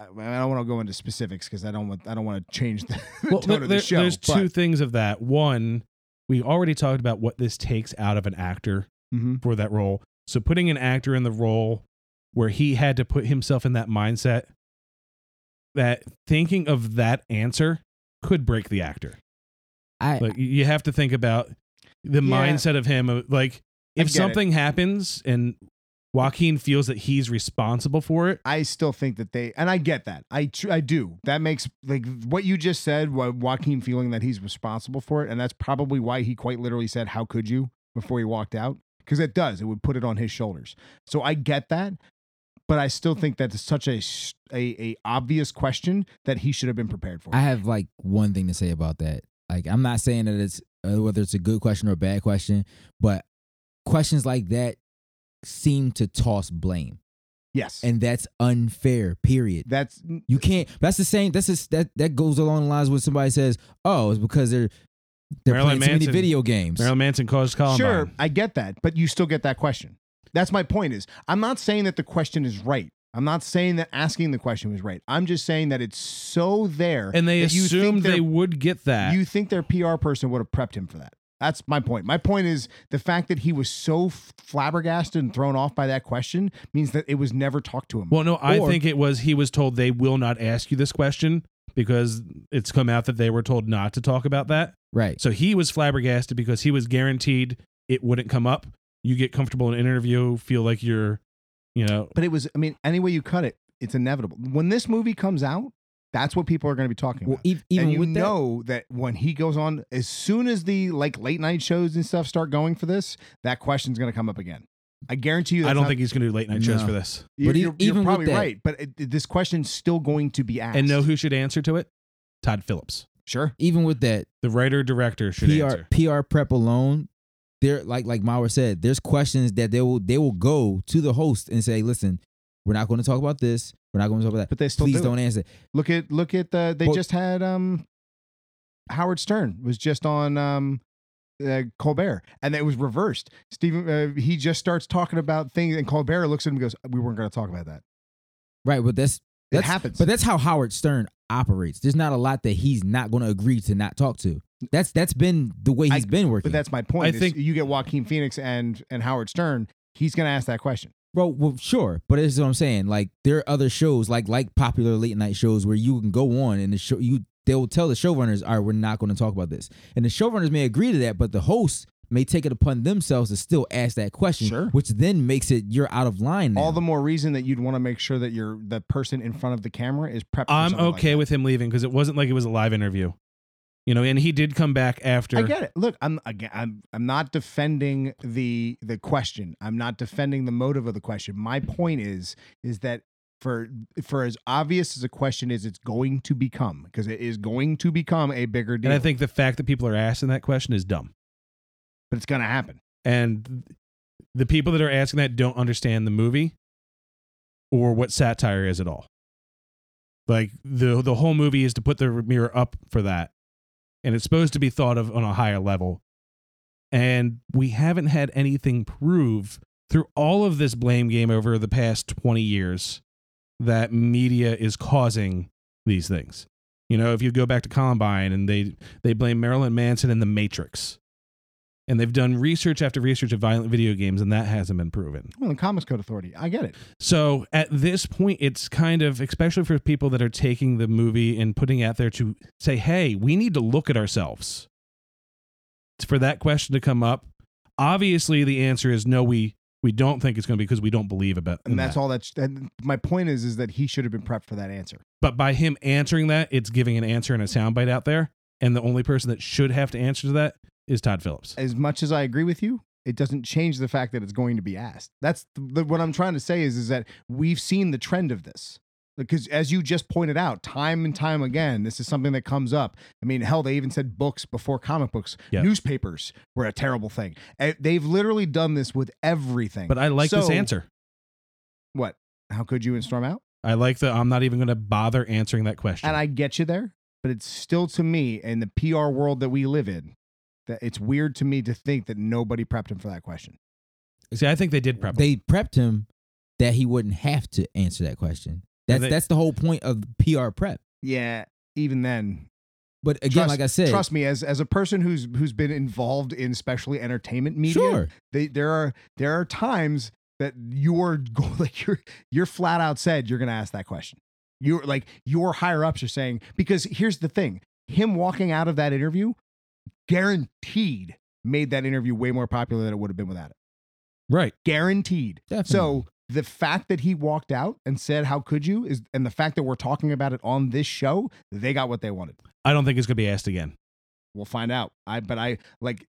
D: I I don't want to go into specifics because I don't want I don't want to change the, the
F: Well,
D: tone of the
F: there-
D: show.
F: there's two
D: but-
F: things of that one we already talked about what this takes out of an actor
D: Mhm.
F: for that role so putting an actor in the role where he had to put himself in that mindset that thinking of that answer could break the actor
E: I
F: like you- you have to think about the
D: Yeah.
F: mindset of him of, like
D: I get
F: if
D: it.
F: something happens and joaquin feels that he's responsible for it
D: I still think that they, and I get that. I tr- I do. That makes like what you just said. Wa- Joaquin feeling that he's responsible for it, and that's probably why he quite literally said, "How could you?" before he walked out, because it does. It would put it on his shoulders. So I get that, but I still think that's such a s- a, a obvious question that he should have been prepared for.
E: I have like one thing to say about that. Like, I'm not saying that it's uh, whether it's a good question or a bad question, but questions like that seem to toss blame,
D: yes, and
E: and that's unfair. Period.
D: that's
E: You can't. That's the same. That's just, that that goes along the lines when somebody says, "Oh, it's because they're they're playing
F: Marilyn
E: too many
F: Manson.
E: video games."
F: Marilyn Manson caused Columbine.
D: sure. I get that, but you still get that question. That's my point is I'm not saying that the question is right. I'm not saying that asking the question was right. I'm just saying that it's so there.
F: And they
D: that you think
F: assumed
D: they're
F: they would get that.
D: you think their PR person would have prepped him for that. That's my point. My point is the fact that he was so f- flabbergasted and thrown off by that question means that it was never talked to him.
F: well, no, I
D: Or-
F: think it was he was told they will not ask you this question because it's come out that they were told not to talk about that.
E: Right.
F: So he was flabbergasted because he was guaranteed it wouldn't come up. You get comfortable in an interview, feel like you're, you know,
D: but it was, I mean, any way you cut it, it's inevitable. When this movie comes out, that's what people are going to be talking
E: Well,
D: about.
E: e- even
D: and you
E: with that-
D: know that? when he goes on, as soon as the like late night shows and stuff start going for this, that question's going to come up again. I guarantee you. That's
F: I don't
D: not-
F: think he's going to do late night shows
E: No.
F: for this.
D: you're,
E: But e-
D: you're,
E: even
D: you're
E: with
D: probably
E: that-
D: right. But it, this question's still going to be asked.
F: And know who should answer to it? Todd Phillips.
D: sure.
E: even with that
F: The writer director should
E: PR
F: answer.
E: PR prep alone, there like like Mauer said, there's questions that they will they will go to the host and say, listen, we're not going to talk about this. We're not going to talk about that.
D: But they still
E: Please
D: do it.
E: do not answer.
D: Look at look at the they
E: Well-
D: just had um Howard Stern was just on um uh, Colbert and it was reversed. Stephen uh, he just starts talking about things and Colbert looks at him and goes, "We weren't going to talk about that."
E: Right, but that's
D: It
E: that's,
D: happens.
E: But that's how Howard Stern operates. There's not a lot that he's not going to agree to not talk to. That's that's been the way
D: I-
E: he's been working.
D: But that's my point.
F: I
D: is
F: think-
D: you get Joaquin Phoenix and and Howard Stern, he's going to ask that question.
E: Bro, well, sure, but this is what I'm saying. Like there are other shows, like like popular late night shows, where you can go on and the show you they will tell the showrunners, all right, we're not going to talk about this, and the showrunners may agree to that, but the hosts may take it upon themselves to still ask that question,
D: Sure.
E: which then makes it you're out of line. Now.
D: All the more reason that you'd want to make sure that your the person in front of the camera is prepped. for
F: I'm
D: something like
F: okay
D: that.
F: with him leaving because it wasn't like it was a live interview. You know, and he did come back after.
D: I get it. Look, I'm again. I'm I'm not defending the the question. I'm not defending the motive of the question. My point is is that for for as obvious as a question is, it's going to become because it is going to become a bigger deal.
F: And I think the fact that people are asking that question is dumb.
D: but it's going to happen.
F: And the people that are asking that don't understand the movie or what satire is at all. Like the the whole movie is to put the mirror up for that. And it's supposed to be thought of on a higher level. And we haven't had anything prove through all of this blame game over the past 20 years that media is causing these things. You know, if you go back to Columbine and they they blame Marilyn Manson and the Matrix and they've done research after research of violent video games and that hasn't been proven
D: Well, the Comics Code Authority, I get it.
F: so at this point it's kind of especially for people that are taking the movie and putting it out there to say hey we need to look at ourselves for that question to come up obviously the answer is no we we don't think it's going to be because we don't believe about
D: And that's all that's. And my point is is that he should have been prepped for that answer.
F: but by him answering that it's giving an answer and a soundbite out there and the only person that should have to answer to that is todd phillips
D: As much as I agree with you. It doesn't change the fact that it's going to be asked. That's the, what I'm trying to say is, is that we've seen the trend of this. because as you just pointed out time and time again this is something that comes up i mean hell they even said books before comic books
F: Yeah.
D: newspapers were a terrible thing Eh, they've literally done this with everything
F: but i like this
D: So-
F: answer
D: what how could you in storm out
F: i like the i'm not even going to bother answering that question
D: and i get you there but it's still to me in the pr world that we live in that it's weird to me to think that nobody prepped him for that question
F: See, I think they did prep.
E: they prepped him that he wouldn't have to answer that question. That's
F: they-
E: that's the whole point of PR prep.
D: yeah even then
E: But again,
D: Trust-
E: like I said,
D: trust me as as a person who's who's been involved in especially entertainment media
E: Sure.
D: they there are there are times that you're go- like you're you're flat out said you're going to ask that question you're like your higher ups are saying because here's the thing him walking out of that interview guaranteed made that interview way more popular than it would have been without it
F: right.
D: guaranteed
E: Definitely.
D: so the fact that he walked out and said how could you is and the fact that we're talking about it on this show they got what they wanted
F: I don't think it's going to be asked again.
D: we'll find out. I but I like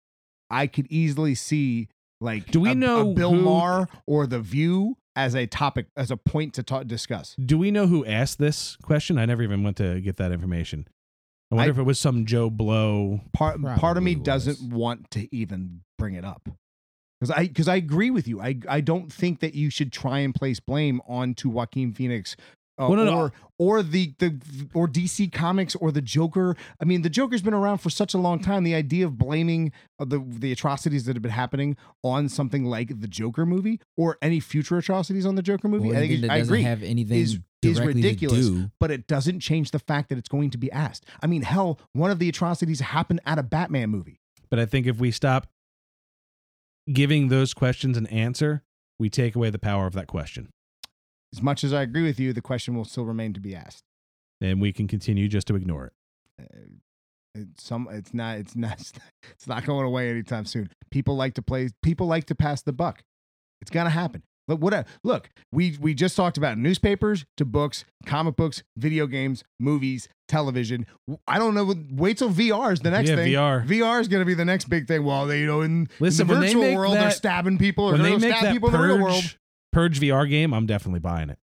D: I could easily see like
F: Do we
D: a- a
F: know
D: Bill
F: who-
D: Maher or The View as a topic as a point to talk, discuss?
F: Do we know who asked this question? I never even went to get that information. I wonder
D: I-
F: if it was some Joe Blow.
D: Part part of me
E: Probably was.
D: doesn't want to even bring it up because I because I agree with you. I I don't think that you should try and place blame onto Joaquin Phoenix Uh,
F: Well, no,
D: or
F: no.
D: or the the or DC Comics or the Joker. I mean, the Joker's been around for such a long time. The idea of blaming uh, the the atrocities that have been happening on something like the Joker movie or any future atrocities on the Joker movie,
E: Well,
D: I think
E: anything
D: it-
E: that
D: I
E: doesn't
D: agree.
E: have anything
D: is- is
E: directly
D: ridiculous.
E: To do.
D: but it doesn't change the fact that it's going to be asked. I mean, hell, one of the atrocities happened at a Batman movie.
F: But I think if we stop giving those questions an answer, we take away the power of that question.
D: As much as I agree with you, the question will still remain to be asked.
F: And we can continue just to ignore it.
D: It's some it's not it's not it's not going away anytime soon. People like to play. People like to pass the buck. It's gonna happen. Look, what a, look. We we just talked about newspapers to books, comic books, video games, movies, television. I don't know. Wait till VR is the next
F: Yeah,
D: thing.
F: VR.
D: VR is gonna be the next big thing. Well, they you know in, in
F: Listen, when
D: the
F: they
D: virtual
F: make
D: world they're
F: that-
D: stabbing people or
F: when
D: they're
F: they
D: gonna
F: make
D: stab
F: that
D: people in the real world.
F: purge, purge VR game, I'm definitely buying it.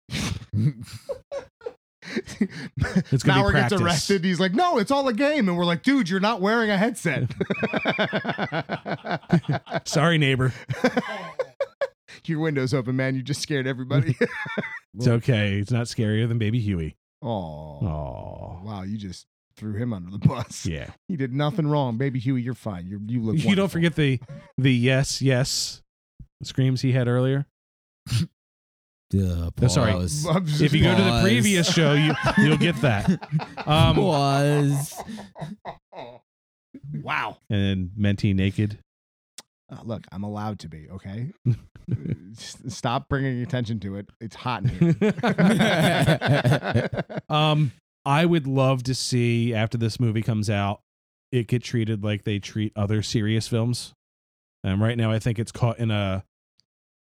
F: It's gonna be
D: Maurer gets
F: practice.
D: arrested. He's like, no, it's all a game. And we're like, dude, you're not wearing a headset.
F: Sorry, neighbor.
D: Your window's open, man. You just scared everybody.
F: It's okay. It's not scarier than Baby Huey.
D: oh,
F: Oh,
D: wow. You just threw him under the bus.
F: yeah.
D: He did nothing wrong. Baby Huey, you're fine. You're, you look
F: You don't
D: wonderful.
F: forget the the yes, yes screams he had earlier.
E: Duh,
F: No, sorry.
E: pause.
D: I'm just-
F: If you go to the
E: Pause.
F: previous show, you you'll get that. Um,
E: Pause.
D: wow.
F: and Menti naked.
D: Uh, look, I'm allowed to be, okay? Just Stop bringing attention to it. It's hot in here.
F: Um, I would love to see after this movie comes out, it get treated like they treat other serious films. And right now, I think it's caught in a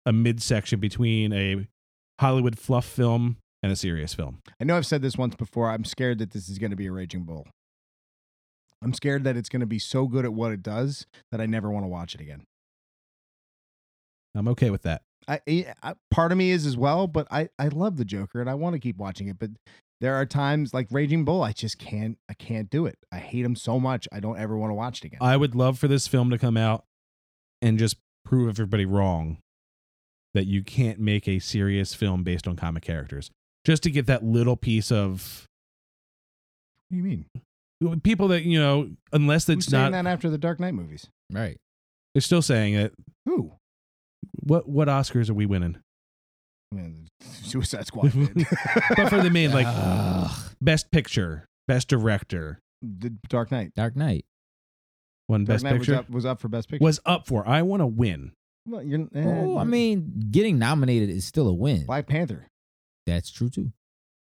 F: a midsection between a Hollywood fluff film and a serious film.
D: I know I've said this once before. I'm scared that this is going to be a raging bull. I'm scared that it's going to be so good at what it does that I never want to watch it again.
F: I'm okay with that.
D: I, I- I- part of me is as well, but I I love the Joker and I want to keep watching it, but there are times like Raging Bull, I just can't I can't do it. I hate him so much. I don't ever want to watch it again.
F: I would love for this film to come out and just prove everybody wrong that you can't make a serious film based on comic characters. Just to get that little piece of
D: what do you mean?
F: people that, you know, unless
D: Who's
F: it's
D: saying
F: not
D: that after the Dark Knight movies?
E: Right.
F: they're still saying it.
D: Who?
F: What what Oscars are we winning?
D: I mean, Suicide Squad. did.
F: But for the main like
E: Ugh.
F: best picture, best director,
D: the Dark Knight.
E: Dark Knight.
F: one
D: Dark
F: best
D: Knight
F: picture
D: was up, was up for best picture.
F: was up for. I want to win.
D: well, you're, eh,
E: Oh, I mean, getting nominated is still a win.
D: Black Panther.
E: That's true too.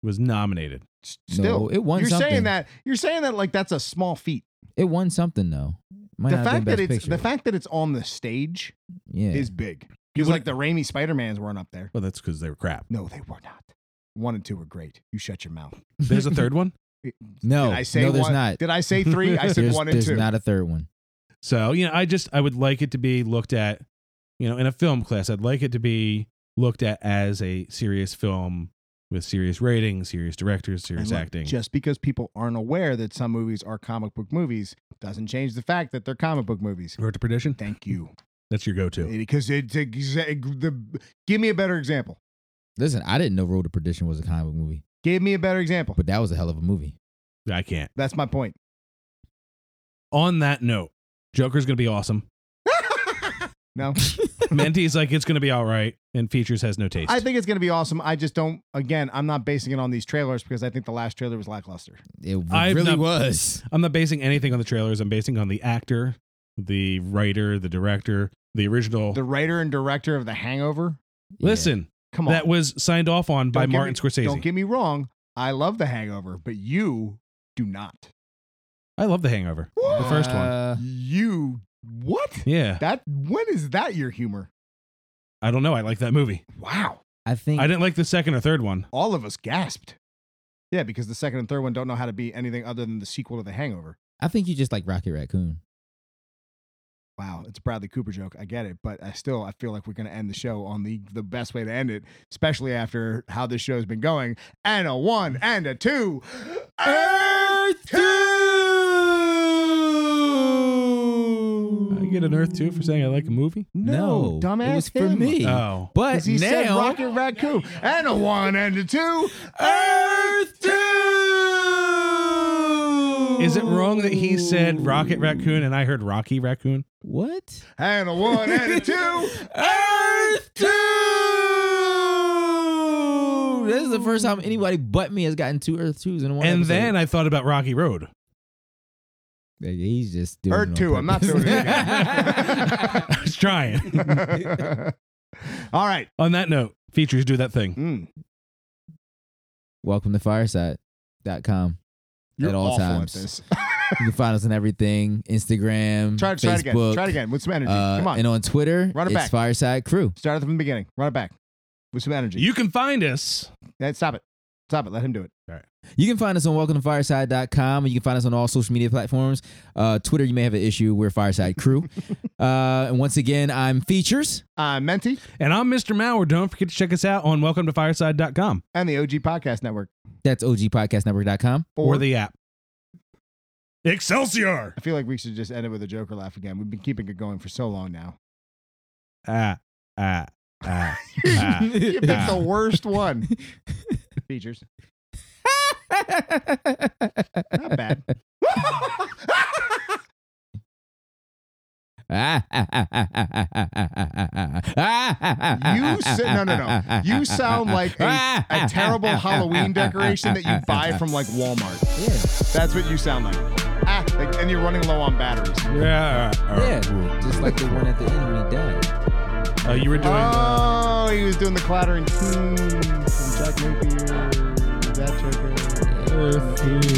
F: Was nominated.
D: S- still
E: No, it won
D: you're saying
E: something.
D: that you're saying that like that's a small feat
E: It won something though. Might
D: the
E: not have
D: fact
E: been
D: that
E: Best
D: it's
E: Picture.
D: the fact that it's on the stage
E: yeah.
D: is big because
F: would-
D: like the Raimi spider-mans weren't up there
F: Well, that's because they were crap.
D: no they were not one and two were great you shut your mouth
F: There's a third one.
E: no,
D: did i say
E: no, there's
D: one
E: not.
D: did i say three i said
E: there's,
D: one and
E: there's
D: two
E: not a third one.
F: So, you know, I just I would like it to be looked at, you know, in a film class, I'd like it to be looked at as a serious film with serious rating, serious directors,
D: And
F: serious
D: look,
F: acting.
D: just because people aren't aware that some movies are comic book movies doesn't change the fact that they're comic book movies
F: Road to Perdition?
D: thank you
F: That's your go-to.
D: because it's exa- the give me a better example
E: Listen, I didn't know Road to Perdition was a comic book movie,
D: give me a better example
E: but that was a hell of a movie.
F: I can't.
D: that's my point
F: On that note, Joker's going to be awesome.
D: no
F: Menti's like it's going to be all right and Features has no taste.
D: I think it's going to be awesome. I just don't. Again, I'm not basing it on these trailers because I think the last trailer was lackluster.
E: It w-
F: I've
E: really
F: not-
E: was.
F: I'm not basing anything on the trailers. I'm basing on the actor, the writer, the director, the original.
D: The writer and director of The Hangover.
F: Listen,
D: Come on,
F: that was signed off on by
D: Don't get
F: Martin
D: me-
F: Scorsese.
D: Don't get me wrong. I love The Hangover, but you do not.
F: I love The Hangover.
E: yeah.
F: The first one.
E: Uh,
D: You what?
F: Yeah.
D: That when is that your humor?
F: I don't know. I like that movie.
D: Wow.
E: I think
F: I didn't like the second or third one.
D: All of us gasped. Yeah, because the second and third one don't know how to be anything other than the sequel to The Hangover.
E: I think you just like Rocket Raccoon.
D: Wow, it's a Bradley Cooper joke. I get it, but I still I feel like we're going to end the show on the the best way to end it, especially after how this show's been going. And a one and a two. Earth two.
F: I you get an Earth two for saying I like a movie?
E: No,
D: dumbass
E: It was for
D: him.
E: me.
F: Oh.
E: but
D: 'Cause he
E: now
D: said Rocket Raccoon and a one and a two.
E: Earth Two.
F: Is it wrong that he said Rocket Raccoon and I heard Rocky Raccoon?
E: What?
D: and a one and a two.
E: Earth Two. This is the first time anybody but me has gotten two Earth Twos in one.
F: and
E: episode.
F: then I thought about Rocky Road.
E: Yeah, he's just doing
D: Earth
E: it on
D: two, I'm not doing it
E: purpose.
F: I was trying.
D: All right.
F: On that note, features do that thing.
D: Mm.
E: Welcome to Fireside.com.
D: You're
E: At all
D: awful
E: times.
D: At this.
E: You can find us on everything Instagram,
D: try, try it again.
E: Facebook,
D: Try it again with some energy.
E: uh,
D: Come on.
E: And on Twitter,
D: Run it
E: it's
D: back.
E: Fireside Crew.
D: Start it from the beginning. Run it back with some energy.
F: You can find us.
D: Hey, stop it. Stop it. Let him do it.
E: You can find us on welcome to fireside.com and you can find us on all social media platforms. Uh, Twitter, you may have an issue. We're Fireside Crew. uh, and once again, I'm Features.
D: Uh, Menti
F: And I'm Mr. Mauer. Don't forget to check us out on welcome to fireside.com
D: and the OG Podcast Network.
E: That's OGPodcastNetwork.com.
F: or the app. Excelsior!
D: I feel like we should just end it with a Joker laugh again. We've been keeping it going for so long now.
F: Ah, ah, ah, ah.
D: You picked the worst one. Features. Not bad.
E: you
D: You sit, no, no, no. You sound like a, a terrible Halloween decoration that you buy from like Walmart.
E: Yeah.
D: That's what you sound like. Ah, like, and you're running low on batteries.
F: Yeah.
E: Yeah, just like the one at the end when he died.
F: Uh, you were doing.
D: Oh, he was doing the Hmm, clattering tune from Jack Napier. That Joker.
E: Earth